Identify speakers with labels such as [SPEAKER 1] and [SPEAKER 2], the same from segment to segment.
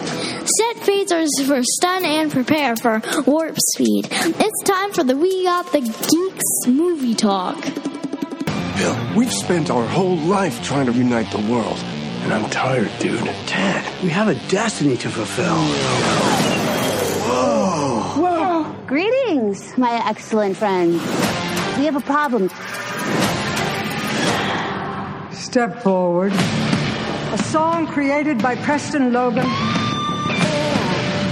[SPEAKER 1] Set phasers for stun and prepare for warp speed. It's time for the We Got the Geeks movie talk.
[SPEAKER 2] Bill, we've spent our whole life trying to unite the world, and I'm tired, dude.
[SPEAKER 3] Ted, we have a destiny to fulfill.
[SPEAKER 4] Greetings, my excellent friend. We have a problem.
[SPEAKER 5] Step Forward, a song created by Preston Logan,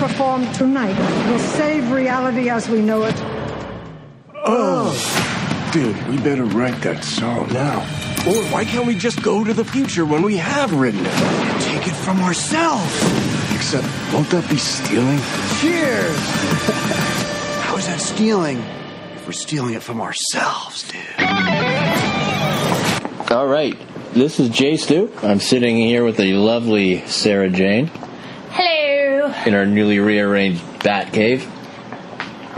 [SPEAKER 5] performed tonight, will save reality as we know it.
[SPEAKER 2] Dude, we better write that song now. Or why can't we just go to the future when we have written it?
[SPEAKER 3] Take it from ourselves.
[SPEAKER 2] Except, won't that be stealing?
[SPEAKER 3] Cheers. How is that stealing? If we're stealing it from ourselves, dude.
[SPEAKER 6] All right. This is Jay Stu. I'm sitting here with the lovely Sarah Jane
[SPEAKER 7] Hello.
[SPEAKER 6] in our newly rearranged bat cave.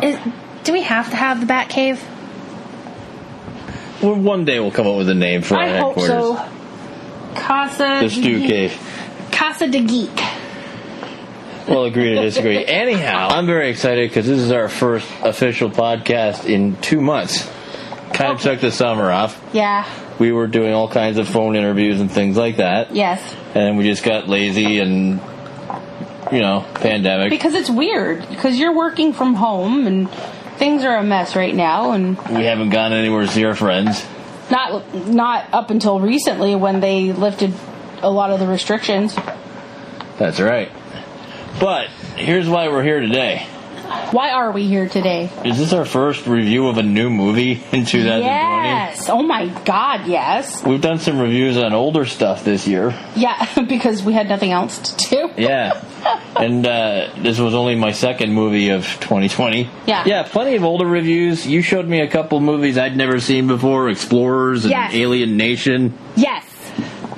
[SPEAKER 7] Is, do we have to have the Bat Cave?
[SPEAKER 6] Well, one day we'll come up with a name for our
[SPEAKER 7] I hope
[SPEAKER 6] headquarters.
[SPEAKER 7] so. Casa.
[SPEAKER 6] The Stu Cave.
[SPEAKER 7] Casa de Geek.
[SPEAKER 6] Well, agree to disagree. Anyhow, I'm very excited because this is our first official podcast in two months. Kind of took the summer off.
[SPEAKER 7] Yeah.
[SPEAKER 6] We were doing all kinds of phone interviews and things like that.
[SPEAKER 7] Yes.
[SPEAKER 6] And we just got lazy and, you know, pandemic.
[SPEAKER 7] Because it's weird. Because you're working from home and things are a mess right now, and
[SPEAKER 6] we haven't gone anywhere to see our friends.
[SPEAKER 7] not not up until recently when they lifted a lot of the restrictions.
[SPEAKER 6] That's right. But here's why we're here today.
[SPEAKER 7] Why are we here today?
[SPEAKER 6] Is this our first review of a new movie in 2020?
[SPEAKER 7] Yes. Oh my God. Yes.
[SPEAKER 6] We've done some reviews on older stuff this year.
[SPEAKER 7] Yeah. Because we had nothing else to do.
[SPEAKER 6] Yeah. and uh, this was only my second movie of 2020.
[SPEAKER 7] Yeah.
[SPEAKER 6] Yeah, plenty of older reviews. You showed me a couple movies I'd never seen before Explorers and
[SPEAKER 7] Yes.
[SPEAKER 6] Alien Nation.
[SPEAKER 7] Yes.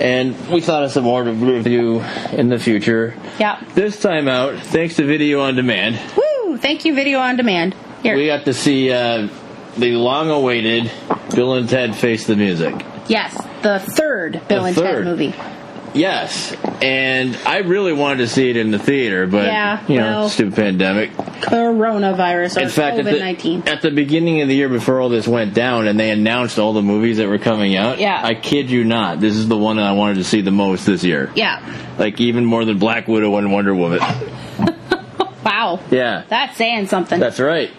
[SPEAKER 6] And we thought of some more to review in the future.
[SPEAKER 7] Yeah.
[SPEAKER 6] This time out, thanks to Video On Demand,
[SPEAKER 7] Woo! Thank you, Video on Demand. Here.
[SPEAKER 6] we got to see uh, the long awaited Bill and Ted Face the Music.
[SPEAKER 7] Yes, the third Bill
[SPEAKER 6] The
[SPEAKER 7] and
[SPEAKER 6] third.
[SPEAKER 7] Ted movie.
[SPEAKER 6] Yes, and I really wanted to see it in the theater, but
[SPEAKER 7] Yeah,
[SPEAKER 6] you know,
[SPEAKER 7] well-
[SPEAKER 6] stupid pandemic.
[SPEAKER 7] Coronavirus
[SPEAKER 6] In
[SPEAKER 7] or
[SPEAKER 6] fact, at
[SPEAKER 7] COVID nineteen.
[SPEAKER 6] the, at the beginning of the year before all this went down, and they announced all the movies that were coming out.
[SPEAKER 7] Yeah.
[SPEAKER 6] I kid you not, this is the one that I wanted to see the most this year.
[SPEAKER 7] Yeah.
[SPEAKER 6] like even more than Black Widow and Wonder Woman.
[SPEAKER 7] Wow.
[SPEAKER 6] Yeah,
[SPEAKER 7] That's saying something.
[SPEAKER 6] that's right.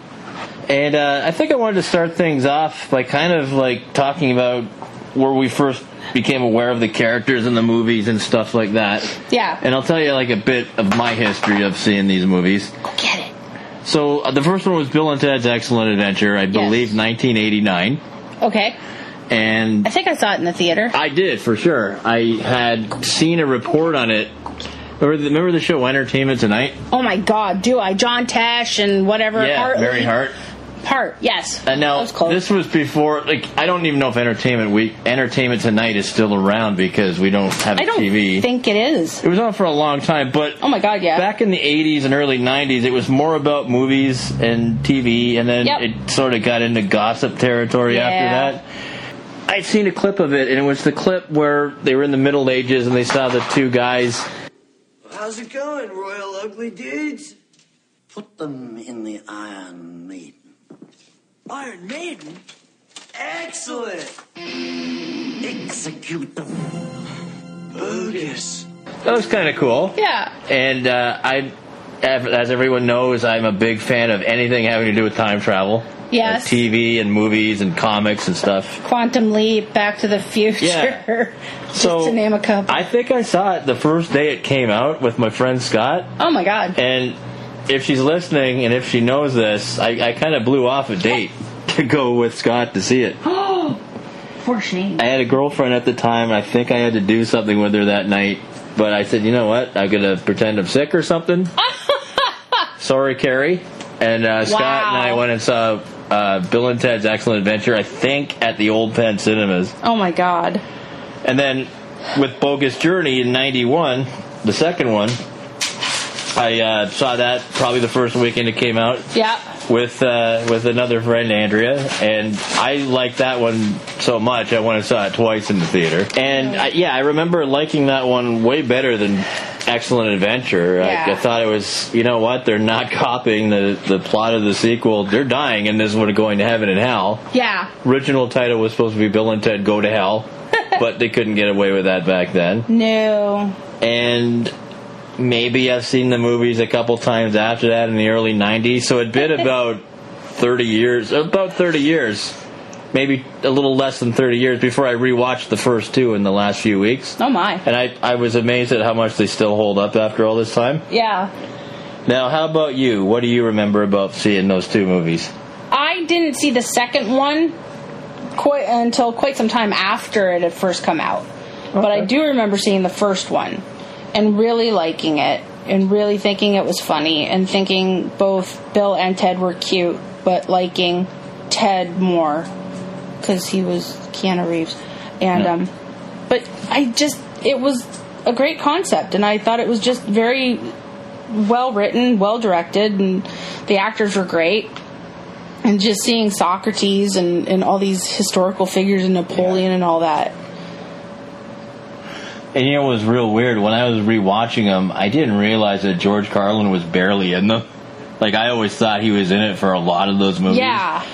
[SPEAKER 6] And uh, I think I wanted to start things off by kind of like talking about where we first became aware of the characters in the movies and stuff like that.
[SPEAKER 7] yeah.
[SPEAKER 6] And I'll tell you like a bit of my history of seeing these movies.
[SPEAKER 7] Get it.
[SPEAKER 6] So uh, the first one was Bill and Ted's Excellent Adventure, I believe, 1989,
[SPEAKER 7] Okay.
[SPEAKER 6] and
[SPEAKER 7] I think I saw it in the theater.
[SPEAKER 6] I did for sure. I had seen a report on it. Remember the, remember the show Entertainment Tonight?
[SPEAKER 7] Oh my god, do I? John Tash and whatever.
[SPEAKER 6] yeah,
[SPEAKER 7] Hartley.
[SPEAKER 6] Mary Hart.
[SPEAKER 7] Hart, yes.
[SPEAKER 6] And
[SPEAKER 7] That
[SPEAKER 6] now
[SPEAKER 7] was close.
[SPEAKER 6] this was before. Like I don't even know if Entertainment Week, Entertainment Tonight, is still around because we don't have a
[SPEAKER 7] I don't
[SPEAKER 6] TV.
[SPEAKER 7] think it is.
[SPEAKER 6] it was on for a long time, but
[SPEAKER 7] Oh my god, yeah.
[SPEAKER 6] back in the 80s and early 90s it was more about movies and tv and then
[SPEAKER 7] Yep.
[SPEAKER 6] it sort of got into gossip territory
[SPEAKER 7] Yeah.
[SPEAKER 6] after that i'd seen a clip of it and it was the clip where they were in the middle ages and they saw the two guys
[SPEAKER 3] How's it going, royal ugly dudes?
[SPEAKER 8] Put them in the Iron Maiden.
[SPEAKER 3] Iron Maiden? Excellent.
[SPEAKER 8] Execute them.
[SPEAKER 3] Bogus.
[SPEAKER 6] that was kind of cool
[SPEAKER 7] yeah.
[SPEAKER 6] and uh, i as as everyone knows i'm a big fan of anything having to do with time travel
[SPEAKER 7] Yes.
[SPEAKER 6] Like tv and movies and comics and stuff
[SPEAKER 7] Quantum Leap, Back to the Future.
[SPEAKER 6] Yeah.
[SPEAKER 7] Just
[SPEAKER 6] so
[SPEAKER 7] to name a couple.
[SPEAKER 6] i think i saw it the first day it came out with my friend scott
[SPEAKER 7] oh my god.
[SPEAKER 6] And if she's listening and if she knows this, I, I kind of blew off a date to go with Scott to see it.
[SPEAKER 7] For shame.
[SPEAKER 6] I had a girlfriend at the time, and I think I had to do something with her that night. But I said, you know what? I'm going to pretend I'm sick or something. Sorry, Carrie. And uh, Scott
[SPEAKER 7] Wow.
[SPEAKER 6] and I went and saw uh, Bill and Ted's Excellent Adventure, I think, at the Old Penn Cinemas.
[SPEAKER 7] Oh my god.
[SPEAKER 6] And then with Bogus Journey in '91, the second one, I uh, saw that probably the first weekend it came out
[SPEAKER 7] Yeah.
[SPEAKER 6] with uh, with another friend Andrea, and I liked that one so much I went and saw it twice in the theater. And I, yeah, I remember liking that one way better than excellent adventure.
[SPEAKER 7] Yeah.
[SPEAKER 6] I, I thought it was, you know what? They're not copying the, the plot of the sequel. They're dying, and this would going to heaven and hell.
[SPEAKER 7] Yeah.
[SPEAKER 6] Original title was supposed to be Bill and Ted Go to Hell, but they couldn't get away with that back then.
[SPEAKER 7] No.
[SPEAKER 6] and maybe I've seen the movies a couple times after that in the early '90s. So it'd been about 30 years, about 30 years, maybe a little less than 30 years before I rewatched the first two in the last few weeks.
[SPEAKER 7] Oh my.
[SPEAKER 6] And I, I was amazed at how much they still hold up after all this time.
[SPEAKER 7] Yeah.
[SPEAKER 6] Now, how about you? What do you remember about seeing those two movies?
[SPEAKER 7] I didn't see the second one quite until quite some time after it had first come out. But I do remember seeing the first one and really liking it and really thinking it was funny and thinking both Bill and Ted were cute, but liking Ted more because he was Keanu Reeves. And um, but I just it was a great concept, and I thought it was just very well written, well directed, and the actors were great and just seeing Socrates and, and all these historical figures and Napoleon and all that.
[SPEAKER 6] Mm-hmm. And you know what was real weird? When I was rewatching them, I didn't realize that George Carlin was barely in them. Like, I always thought he was in it for a lot of those movies.
[SPEAKER 7] Yeah.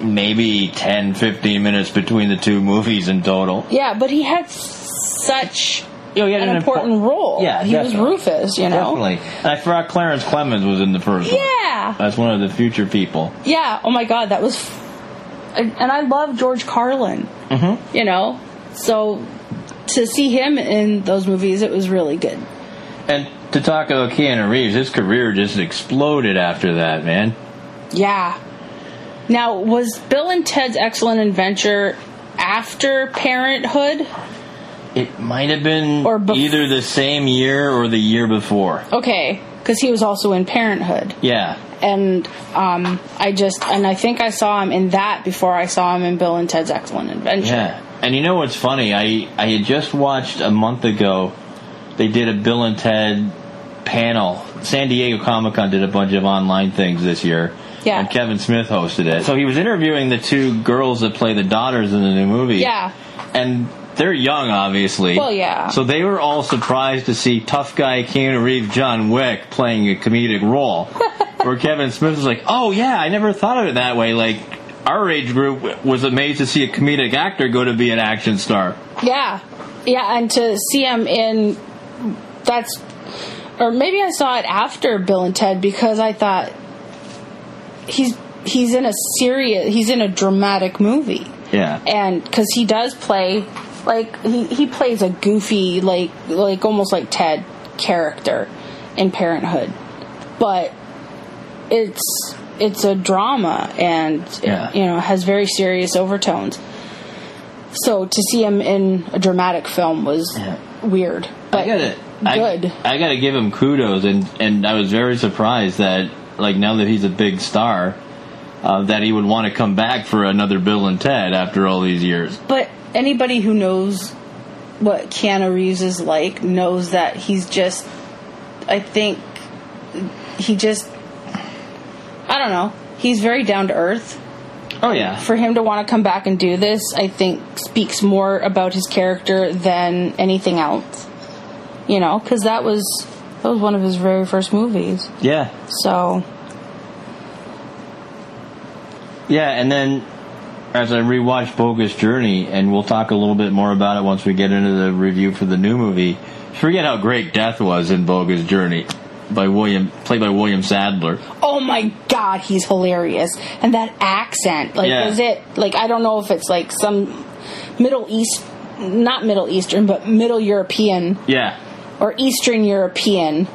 [SPEAKER 6] maybe 10, 15 minutes between the two movies in total.
[SPEAKER 7] Yeah, but he had such
[SPEAKER 6] You know, Oh, he had
[SPEAKER 7] an,
[SPEAKER 6] an
[SPEAKER 7] important
[SPEAKER 6] impor-
[SPEAKER 7] role.
[SPEAKER 6] Yeah,
[SPEAKER 7] he
[SPEAKER 6] definitely.
[SPEAKER 7] was Rufus, you know.
[SPEAKER 6] Definitely. And I forgot Clarence Clemens was in the first one.
[SPEAKER 7] Yeah.
[SPEAKER 6] That's one of the future people.
[SPEAKER 7] Yeah. Oh my God, that was. F- and and I love George Carlin. Mm-hmm. You know, so to see him in those movies, it was really good.
[SPEAKER 6] And to talk about Keanu Reeves, his career just exploded after that, man.
[SPEAKER 7] Yeah. Now, was Bill and Ted's Excellent Adventure after Parenthood?
[SPEAKER 6] It might have been
[SPEAKER 7] Or bef-
[SPEAKER 6] either the same year or the year before.
[SPEAKER 7] Okay, because he was also in Parenthood.
[SPEAKER 6] Yeah.
[SPEAKER 7] and um, I just and I think I saw him in that before I saw him in Bill and Ted's Excellent Adventure.
[SPEAKER 6] Yeah. And you know what's funny? I, I had just watched a month ago, they did a Bill and Ted panel. San Diego Comic Con did a bunch of online things this year.
[SPEAKER 7] Yeah.
[SPEAKER 6] And Kevin Smith hosted it. So he was interviewing the two girls that play the daughters in the new movie.
[SPEAKER 7] Yeah.
[SPEAKER 6] And they're young, obviously.
[SPEAKER 7] Well, yeah.
[SPEAKER 6] So they were all surprised to see tough guy Keanu Reeves John Wick playing a comedic role. where Kevin Smith was like, oh, yeah, I never thought of it that way. Like, our age group was amazed to see a comedic actor go to be an action star.
[SPEAKER 7] yeah, yeah, and to see him in that's or maybe I saw it after Bill and Ted because I thought he's he's in a serious he's in a dramatic movie.
[SPEAKER 6] Yeah.
[SPEAKER 7] and because he does play like he, he plays a goofy like like almost like ted character in parenthood but it's it's a drama and
[SPEAKER 6] Yeah.
[SPEAKER 7] you know has very serious overtones so to see him in a dramatic film was
[SPEAKER 6] Yeah.
[SPEAKER 7] weird but
[SPEAKER 6] I gotta,
[SPEAKER 7] good
[SPEAKER 6] I, I gotta give him kudos, and and I was very surprised that like now that he's a big star, uh, that he would want to come back for another Bill and Ted after all these years.
[SPEAKER 7] But anybody who knows what Keanu Reeves is like knows that he's just. I think he just. I don't know. He's very down to earth.
[SPEAKER 6] Oh yeah,
[SPEAKER 7] For him to want to come back and do this, I think speaks more about his character than anything else. You know, because that was that was one of his very first movies.
[SPEAKER 6] yeah,
[SPEAKER 7] So
[SPEAKER 6] yeah. And then as I rewatched Bogus Journey, and we'll talk a little bit more about it once we get into the review for the new movie. Forget how great Death was in Bogus Journey by William, played by William Sadler.
[SPEAKER 7] oh my god, he's hilarious. And that accent, like,
[SPEAKER 6] Yeah.
[SPEAKER 7] is it like I don't know if it's like some Middle East, not Middle Eastern, but Middle European
[SPEAKER 6] Yeah,
[SPEAKER 7] or Eastern European.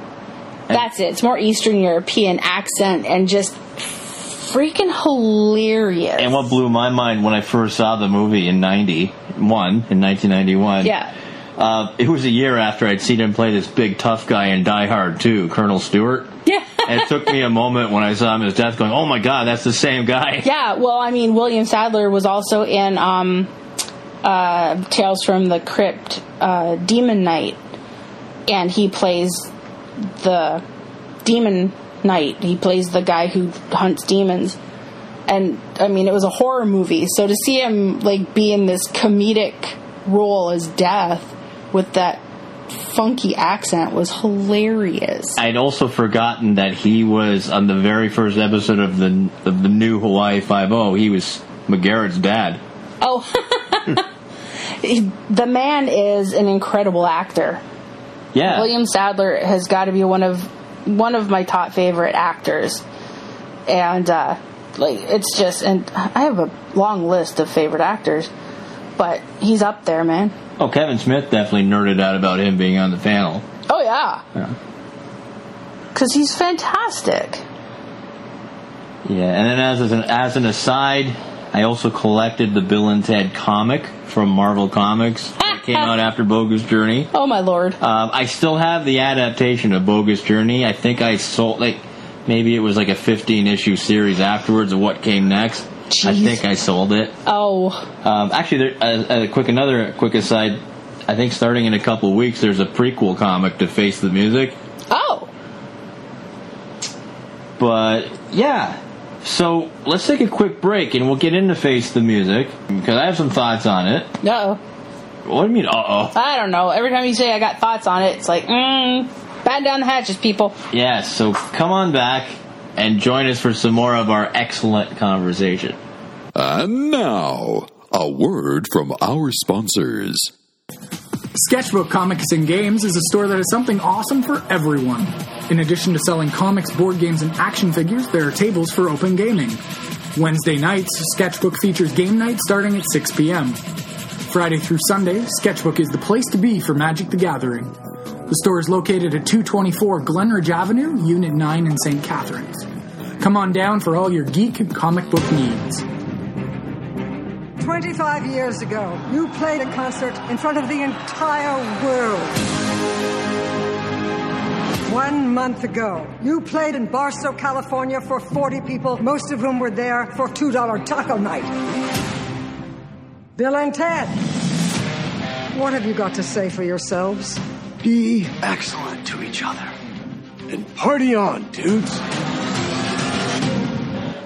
[SPEAKER 7] That's it. It's more Eastern European accent and just freaking hilarious.
[SPEAKER 6] And what blew my mind when I first saw the movie in '91, in 1991.
[SPEAKER 7] Yeah.
[SPEAKER 6] Uh, it was a year after I'd seen him play this big tough guy in Die Hard 2, Colonel Stewart.
[SPEAKER 7] Yeah.
[SPEAKER 6] and it took me a moment when I saw him as Death, going, "Oh my God, that's the same guy."
[SPEAKER 7] Yeah, well, I mean, William Sadler was also in um, uh, Tales from the Crypt, uh, Demon Knight, and he plays the Demon Knight. He plays the guy who hunts demons. And I mean, it was a horror movie, so to see him like be in this comedic role as Death with that funky accent was hilarious.
[SPEAKER 6] I'd also forgotten that he was on the very first episode of the of the new Hawaii Five O. He was McGarrett's dad.
[SPEAKER 7] Oh, He- the man is an incredible actor.
[SPEAKER 6] Yeah,
[SPEAKER 7] William Sadler has got to be one of one of my top favorite actors, and uh, like it's just and I have a long list of favorite actors, but he's up there, man.
[SPEAKER 6] Oh, Kevin Smith definitely nerded out about him being on the panel.
[SPEAKER 7] Oh yeah,
[SPEAKER 6] Yeah.
[SPEAKER 7] because he's fantastic.
[SPEAKER 6] Yeah, and then as, as an as an aside, I also collected the Bill and Ted comic from Marvel Comics that came out after Bogus Journey.
[SPEAKER 7] Oh my lord.
[SPEAKER 6] Um, I still have the adaptation of Bogus Journey. I think I sold like maybe it was like a 15 issue series afterwards of what came next. I
[SPEAKER 7] Jeez.
[SPEAKER 6] think I sold it.
[SPEAKER 7] Oh,
[SPEAKER 6] Um, actually, there, uh, a quick another quick aside. I think starting in a couple weeks, there's a prequel comic to Face the Music.
[SPEAKER 7] oh,
[SPEAKER 6] But yeah, so let's take a quick break and we'll get into Face the Music because I have some thoughts on it.
[SPEAKER 7] no.
[SPEAKER 6] What do you mean, uh oh?
[SPEAKER 7] I don't know. Every time you say I got thoughts on it, it's like, mm, bat down the hatches, people.
[SPEAKER 6] Yeah, so come on back and join us for some more of our excellent conversation.
[SPEAKER 9] And now, a word from our sponsors.
[SPEAKER 10] Sketchbook Comics and Games is a store that has something awesome for everyone. In addition to selling comics, board games, and action figures, there are tables for open gaming. Wednesday nights, Sketchbook features game night starting at 6 p.m. Friday through Sunday, Sketchbook is the place to be for Magic the Gathering. The store is located at 224 Glenridge Avenue, Unit 9 in St. Catharines. Come on down for all your geek and comic book needs.
[SPEAKER 5] 25 years ago, you played a concert in front of the entire world. One month ago, you played in Barstow, California for 40 people, most of whom were there for $2 taco night. Bill and Ted, what have you got to say for yourselves?
[SPEAKER 2] Be
[SPEAKER 3] Excellent to each other.
[SPEAKER 2] and party on, dudes.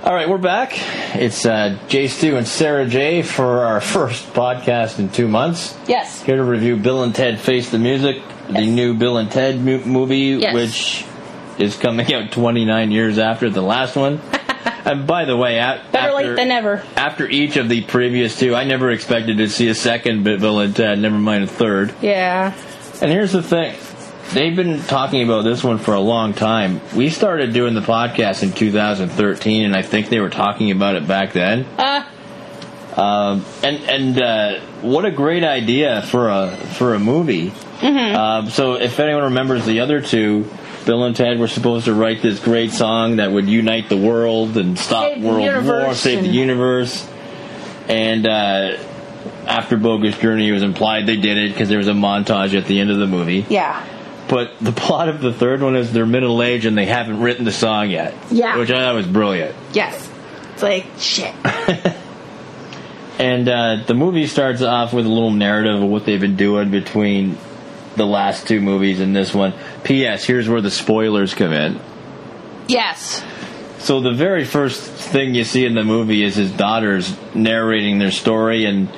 [SPEAKER 6] All right, we're back. It's uh, Jay Stu and Sarah J for our first podcast in two months.
[SPEAKER 7] Yes.
[SPEAKER 6] Here to review Bill and Ted Face the Music, the new Bill and Ted mu- movie,
[SPEAKER 7] Yes.
[SPEAKER 6] which is coming out 29 years after the last one. and by the way, a-
[SPEAKER 7] Better late
[SPEAKER 6] after-
[SPEAKER 7] than never.
[SPEAKER 6] After each of the previous two, I never expected to see a second Bill and Ted, never mind a third.
[SPEAKER 7] Yeah.
[SPEAKER 6] And here's the thing. They've been talking about this one for a long time. We started doing the podcast in 2013, and I think they were talking about it back then.
[SPEAKER 7] Uh,
[SPEAKER 6] Um, and and uh, what a great idea for a for a movie.
[SPEAKER 7] Mm-hmm.
[SPEAKER 6] Um, so if anyone remembers the other two, Bill and Ted were supposed to write this great song that would unite the world and stop
[SPEAKER 7] Save the
[SPEAKER 6] world war,
[SPEAKER 7] universe
[SPEAKER 6] save the
[SPEAKER 7] and-
[SPEAKER 6] universe. And uh, after Bogus Journey, it was implied they did it because there was a montage at the end of the movie.
[SPEAKER 7] yeah.
[SPEAKER 6] But the plot of the third one is they're middle aged and they haven't written the song yet.
[SPEAKER 7] Yeah.
[SPEAKER 6] Which I thought was brilliant.
[SPEAKER 7] Yes. It's like, shit.
[SPEAKER 6] And uh, the movie starts off with a little narrative of what they've been doing between the last two movies and this one. P.S. Here's where the spoilers come in.
[SPEAKER 7] yes.
[SPEAKER 6] So the very first thing you see in the movie is his daughters narrating their story, and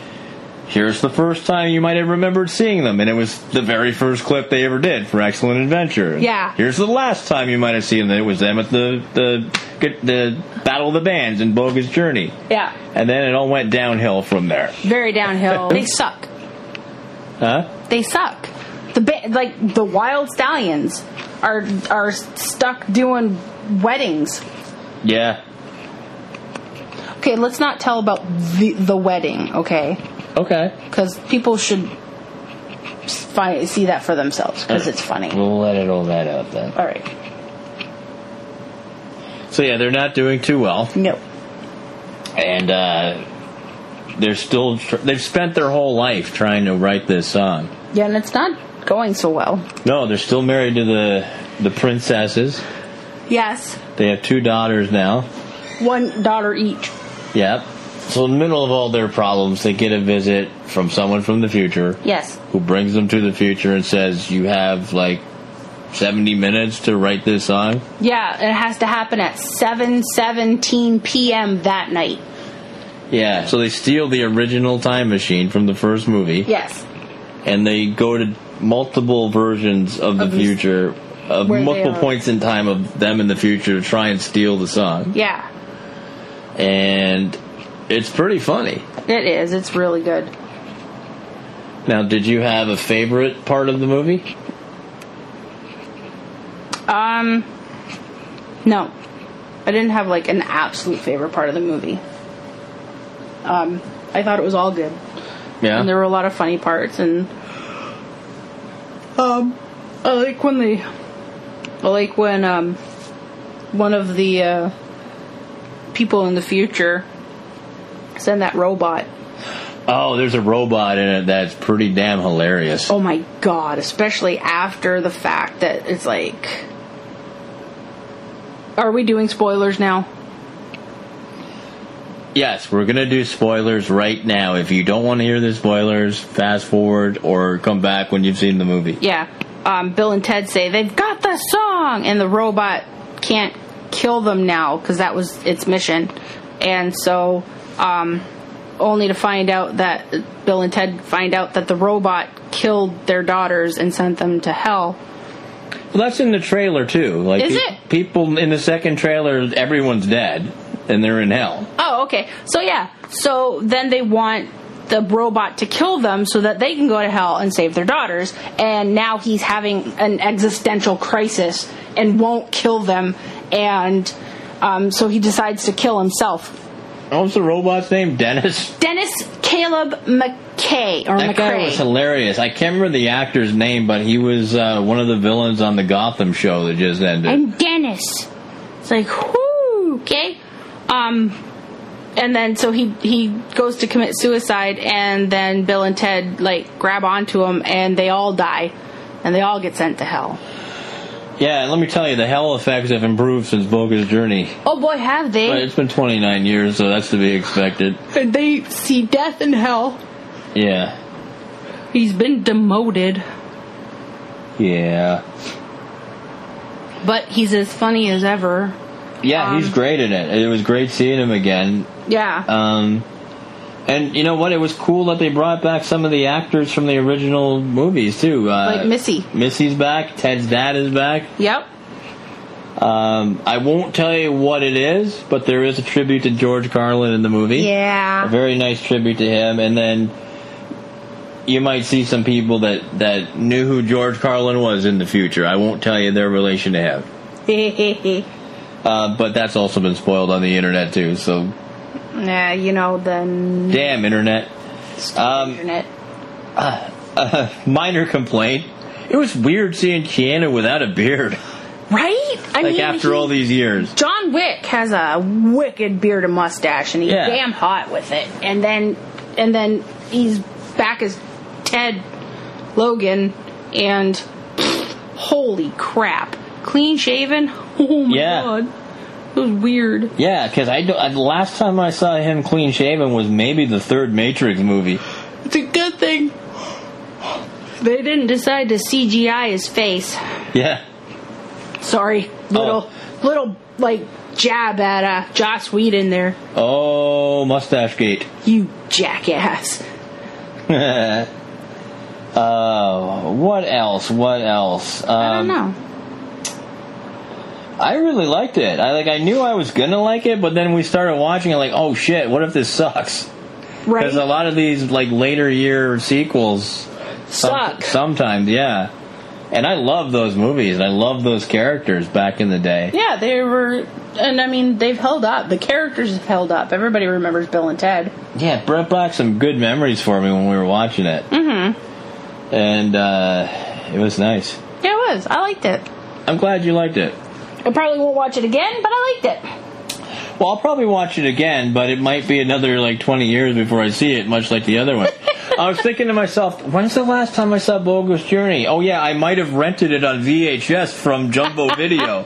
[SPEAKER 6] here's the first time you might have remembered seeing them, and it was the very first clip they ever did for Excellent Adventure.
[SPEAKER 7] Yeah.
[SPEAKER 6] Here's the last time you might have seen them; it was them at the the the Battle of the Bands in Bogus Journey.
[SPEAKER 7] Yeah.
[SPEAKER 6] And then it all went downhill from there.
[SPEAKER 7] Very downhill. they suck.
[SPEAKER 6] Huh?
[SPEAKER 7] They suck. The ba- like the wild stallions are are stuck doing weddings.
[SPEAKER 6] Yeah.
[SPEAKER 7] Okay, let's not tell about the the wedding, okay?
[SPEAKER 6] Okay.
[SPEAKER 7] Because people should fi- see that for themselves because it's funny.
[SPEAKER 6] We'll let it all that out then.
[SPEAKER 7] All right.
[SPEAKER 6] So yeah, they're not doing too well.
[SPEAKER 7] No.
[SPEAKER 6] and uh, they're still tr- they've spent their whole life trying to write this song.
[SPEAKER 7] Yeah, and it's not going so well.
[SPEAKER 6] No, they're still married to the the princesses.
[SPEAKER 7] Yes.
[SPEAKER 6] They have two daughters now.
[SPEAKER 7] One daughter each.
[SPEAKER 6] Yep. So in the middle of all their problems, they get a visit from someone from the future
[SPEAKER 7] Yes.
[SPEAKER 6] who brings them to the future and says, "You have like 70 minutes to write this song."
[SPEAKER 7] Yeah, it has to happen at 7:17 p.m. that night.
[SPEAKER 6] Yeah. So they steal the original time machine from the first movie.
[SPEAKER 7] Yes.
[SPEAKER 6] and they go to multiple versions of the
[SPEAKER 11] Of the-
[SPEAKER 6] future, of
[SPEAKER 11] where they
[SPEAKER 6] multiple
[SPEAKER 11] are.
[SPEAKER 6] points in time of them in the future to try and steal the song.
[SPEAKER 11] Yeah,
[SPEAKER 6] And it's pretty funny.
[SPEAKER 11] it is. It's really good.
[SPEAKER 6] Now, did you have a favorite part of the movie?
[SPEAKER 11] Um, no, I didn't have like an absolute favorite part of the movie. Um, I thought it was all good,
[SPEAKER 6] Yeah.
[SPEAKER 11] and there were a lot of funny parts, and um, I like when they, I like when um, one of the uh, people in the future send that robot.
[SPEAKER 6] oh, there's a robot in it that's pretty damn hilarious.
[SPEAKER 11] Oh my god, especially after the fact that it's like. Are we doing spoilers now?
[SPEAKER 6] Yes, we're going to do spoilers right now. If you don't want to hear the spoilers, fast forward or come back when you've seen the movie.
[SPEAKER 11] Yeah. Um, Bill and Ted say they've got the song, and the robot can't kill them now because that was its mission. And so, um, only to find out that Bill and Ted find out that the robot killed their daughters and sent them to hell.
[SPEAKER 6] Well, that's in the trailer too. Like
[SPEAKER 11] Is
[SPEAKER 6] pe-
[SPEAKER 11] it?
[SPEAKER 6] people in the second trailer, everyone's dead and they're in hell.
[SPEAKER 11] Oh, okay. So yeah. So then they want the robot to kill them so that they can go to hell and save their daughters. And now he's having an existential crisis and won't kill them. And um, so he decides to kill himself.
[SPEAKER 6] What was the robot's name? Dennis.
[SPEAKER 11] Dennis Caleb McKay or
[SPEAKER 6] That guy was
[SPEAKER 11] McCray.
[SPEAKER 6] hilarious. I can't remember the actor's name, but he was uh, one of the villains on the Gotham show that just ended.
[SPEAKER 11] I'm Dennis. It's like, whoo, okay. Um, and then so he he goes to commit suicide, and then Bill and Ted like grab onto him, and they all die, and they all get sent to hell.
[SPEAKER 6] yeah, and let me tell you, the hell effects have improved since Boga's Journey.
[SPEAKER 11] Oh boy, have
[SPEAKER 6] But
[SPEAKER 11] they?
[SPEAKER 6] it's been 29 years, so that's to be expected.
[SPEAKER 11] And they see death in hell.
[SPEAKER 6] Yeah.
[SPEAKER 11] He's been demoted,
[SPEAKER 6] Yeah.
[SPEAKER 11] but he's as funny as ever.
[SPEAKER 6] Yeah, he's great in it. It was great seeing him again.
[SPEAKER 11] Yeah.
[SPEAKER 6] Um, and you know what? It was cool that they brought back some of the actors from the original movies too. Uh,
[SPEAKER 11] Like Missy.
[SPEAKER 6] Missy's back. Ted's dad is back.
[SPEAKER 11] yep.
[SPEAKER 6] Um, I won't tell you what it is, but there is a tribute to George Carlin in the movie.
[SPEAKER 11] Yeah.
[SPEAKER 6] A very nice tribute to him. And then you might see some people that that knew who George Carlin was in the future. I won't tell you their relation to him.
[SPEAKER 11] yeah,
[SPEAKER 6] Uh, but that's also been spoiled on the internet too. So
[SPEAKER 11] you know the
[SPEAKER 6] damn internet. Um,
[SPEAKER 11] internet.
[SPEAKER 6] uh, minor complaint. It was weird seeing Keanu without a beard.
[SPEAKER 11] Right? I
[SPEAKER 6] Like
[SPEAKER 11] mean,
[SPEAKER 6] after
[SPEAKER 11] he-
[SPEAKER 6] all these years.
[SPEAKER 11] John Wick has a wicked beard and mustache, and he's
[SPEAKER 6] Yeah.
[SPEAKER 11] damn hot with it. And then, and then he's back as Ted Logan, and holy crap, clean shaven. Oh my
[SPEAKER 6] Yeah.
[SPEAKER 11] god, it was weird.
[SPEAKER 6] Yeah, because I do, I, the last time I saw him clean shaven was maybe the third Matrix movie.
[SPEAKER 11] It's a good thing they didn't decide to CGI his face.
[SPEAKER 6] Yeah.
[SPEAKER 11] Sorry, little little like jab at uh, Joss Whedon there.
[SPEAKER 6] Oh, mustache gate.
[SPEAKER 11] You jackass.
[SPEAKER 6] Uh, what else? What else? Um,
[SPEAKER 11] I don't know.
[SPEAKER 6] I really liked it. I like. I knew I was gonna like it, but then we started watching. it like, oh shit, what if this sucks?
[SPEAKER 11] Right?
[SPEAKER 6] Because a lot of these like later year sequels some-
[SPEAKER 11] Suck.
[SPEAKER 6] sometimes, yeah. And I love those movies. and I love those characters back in the day.
[SPEAKER 11] Yeah, they were, and I mean, they've held up. The characters have held up. Everybody remembers Bill and Ted.
[SPEAKER 6] Yeah, brought back some good memories for me when we were watching it. Mm-hmm. And uh, it was nice.
[SPEAKER 11] Yeah, it was. I liked it.
[SPEAKER 6] I'm glad you liked it.
[SPEAKER 11] I probably won't watch it again, but I liked it.
[SPEAKER 6] Well, I'll probably watch it again, but it might be another like 20 years before I see it, much like the other one. I was thinking to myself, when's the last time I saw Bogus Journey? Oh yeah, I might have rented it on VHS from Jumbo Video.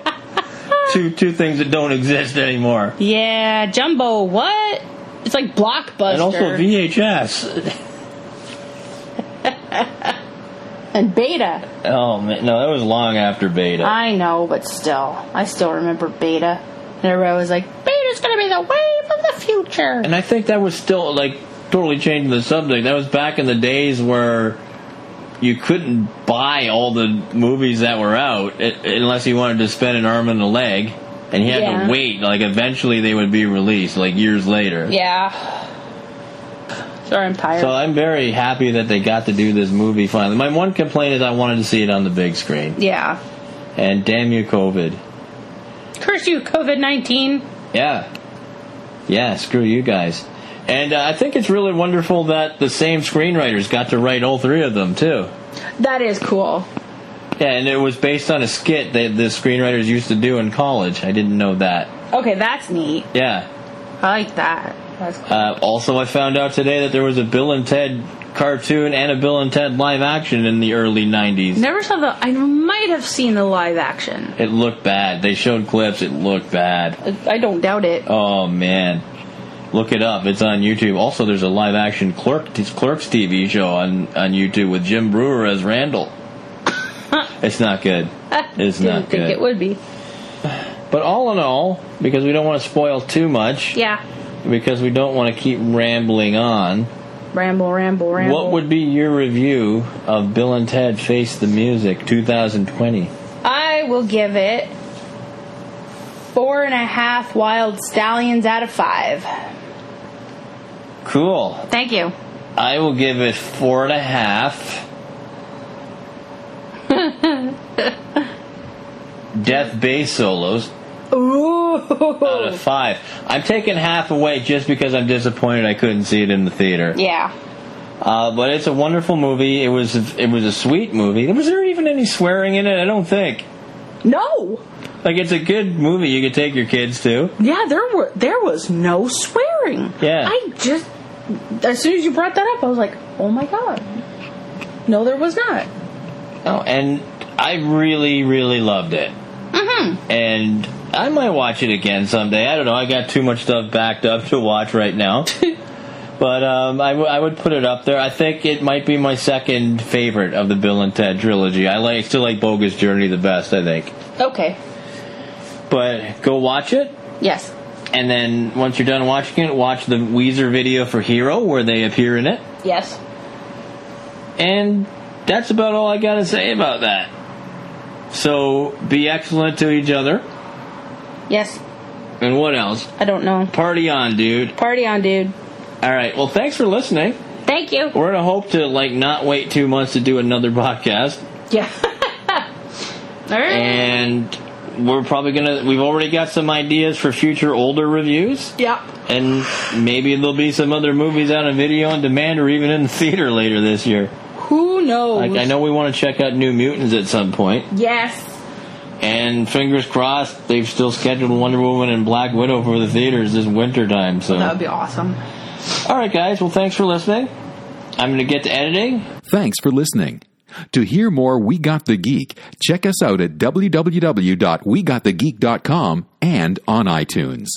[SPEAKER 6] two two things that don't exist anymore.
[SPEAKER 11] Yeah, Jumbo, what? It's like Blockbuster.
[SPEAKER 6] And also VHS.
[SPEAKER 11] And Beta.
[SPEAKER 6] Oh man, no, that was long after Beta.
[SPEAKER 11] I know, but still. I still remember Beta. And everybody was like, Beta's gonna be the wave of the future.
[SPEAKER 6] And I think that was still like totally changing the subject. That was back in the days where you couldn't buy all the movies that were out i- unless you wanted to spend an arm and a leg, and you had
[SPEAKER 7] Yeah.
[SPEAKER 6] to wait. Like eventually they would be released, like years later.
[SPEAKER 7] Yeah. Sorry, I'm tired.
[SPEAKER 6] So I'm very happy that they got to do this movie finally. My one complaint is I wanted to see it on the big screen.
[SPEAKER 7] yeah.
[SPEAKER 6] And damn you, COVID.
[SPEAKER 7] Curse you, COVID 19.
[SPEAKER 6] Yeah. Yeah, screw you guys. And uh, I think it's really wonderful that the same screenwriters got to write all three of them, too.
[SPEAKER 7] That is cool.
[SPEAKER 6] Yeah, and it was based on a skit that the screenwriters used to do in college. I didn't know that.
[SPEAKER 7] Okay, that's neat.
[SPEAKER 6] Yeah.
[SPEAKER 7] I like that. That's cool.
[SPEAKER 6] Uh, also, I found out today that there was a Bill and Ted cartoon and a Bill and Ted live action in the early 90s.
[SPEAKER 7] Never saw the. I might have seen the live action.
[SPEAKER 6] It looked bad. They showed clips. It looked bad.
[SPEAKER 7] I don't doubt it.
[SPEAKER 6] Oh man, look it up. It's on YouTube. Also, there's a live action Clerk, Clerks TV show on on YouTube with Jim Brewer as Randall. it's not good. It's
[SPEAKER 7] Didn't
[SPEAKER 6] not
[SPEAKER 7] think
[SPEAKER 6] good.
[SPEAKER 7] it would be.
[SPEAKER 6] But all in all, because we don't want to spoil too much,
[SPEAKER 7] Yeah.
[SPEAKER 6] because we don't want to keep rambling on.
[SPEAKER 7] Ramble, ramble, ramble.
[SPEAKER 6] What would be your review of Bill and Ted Face the Music 2020?
[SPEAKER 7] I will give it four and a half wild stallions out of five.
[SPEAKER 6] Cool.
[SPEAKER 7] Thank you.
[SPEAKER 6] I will give it four and a half. Death bass solos out
[SPEAKER 7] Ooh.
[SPEAKER 6] of five. I'm taking half away just because I'm disappointed I couldn't see it in the theater.
[SPEAKER 7] Yeah.
[SPEAKER 6] Uh, but it's a wonderful movie. It was it was a sweet movie. Was there even any swearing in it? I don't think.
[SPEAKER 7] No.
[SPEAKER 6] Like it's a good movie. You could take your kids to.
[SPEAKER 7] Yeah, there were there was no swearing.
[SPEAKER 6] Yeah.
[SPEAKER 7] I just as soon as you brought that up, I was like, oh my god. No, there was not.
[SPEAKER 6] Oh, and I really really loved it.
[SPEAKER 7] Mm-hmm.
[SPEAKER 6] and I might watch it again someday. I don't know. I got too much stuff backed up to watch right now. but um, I, w- I would put it up there. I think it might be my second favorite of the Bill and Ted trilogy. I like still like Bogus Journey the best, I think.
[SPEAKER 7] Okay.
[SPEAKER 6] But go watch it.
[SPEAKER 7] Yes.
[SPEAKER 6] And then once you're done watching it, watch the Weezer video for Hero where they appear in it.
[SPEAKER 7] Yes.
[SPEAKER 6] And that's about all I got to say about that. So be excellent to each other.
[SPEAKER 7] Yes.
[SPEAKER 6] And what else?
[SPEAKER 7] I don't know.
[SPEAKER 6] Party on, dude.
[SPEAKER 7] Party on, dude.
[SPEAKER 6] All right. Well, thanks for listening.
[SPEAKER 7] Thank you.
[SPEAKER 6] We're gonna hope to like not wait two months to do another podcast,
[SPEAKER 7] Yeah. All right.
[SPEAKER 6] and we're probably gonna. We've already got some ideas for future older reviews,
[SPEAKER 7] yeah.
[SPEAKER 6] and maybe there'll be some other movies out on video on demand or even in the theater later this year.
[SPEAKER 7] Who knows?
[SPEAKER 6] Like I know we want to check out New Mutants at some point,
[SPEAKER 7] Yes.
[SPEAKER 6] and fingers crossed they've still scheduled Wonder Woman and Black Widow for the theaters this winter time. So,
[SPEAKER 7] That would be awesome.
[SPEAKER 6] all right, guys. Well, thanks for listening. I'm gonna get to editing.
[SPEAKER 9] Thanks for listening. To hear more We Got the Geek, check us out at www.wegotthegeek.com and on iTunes.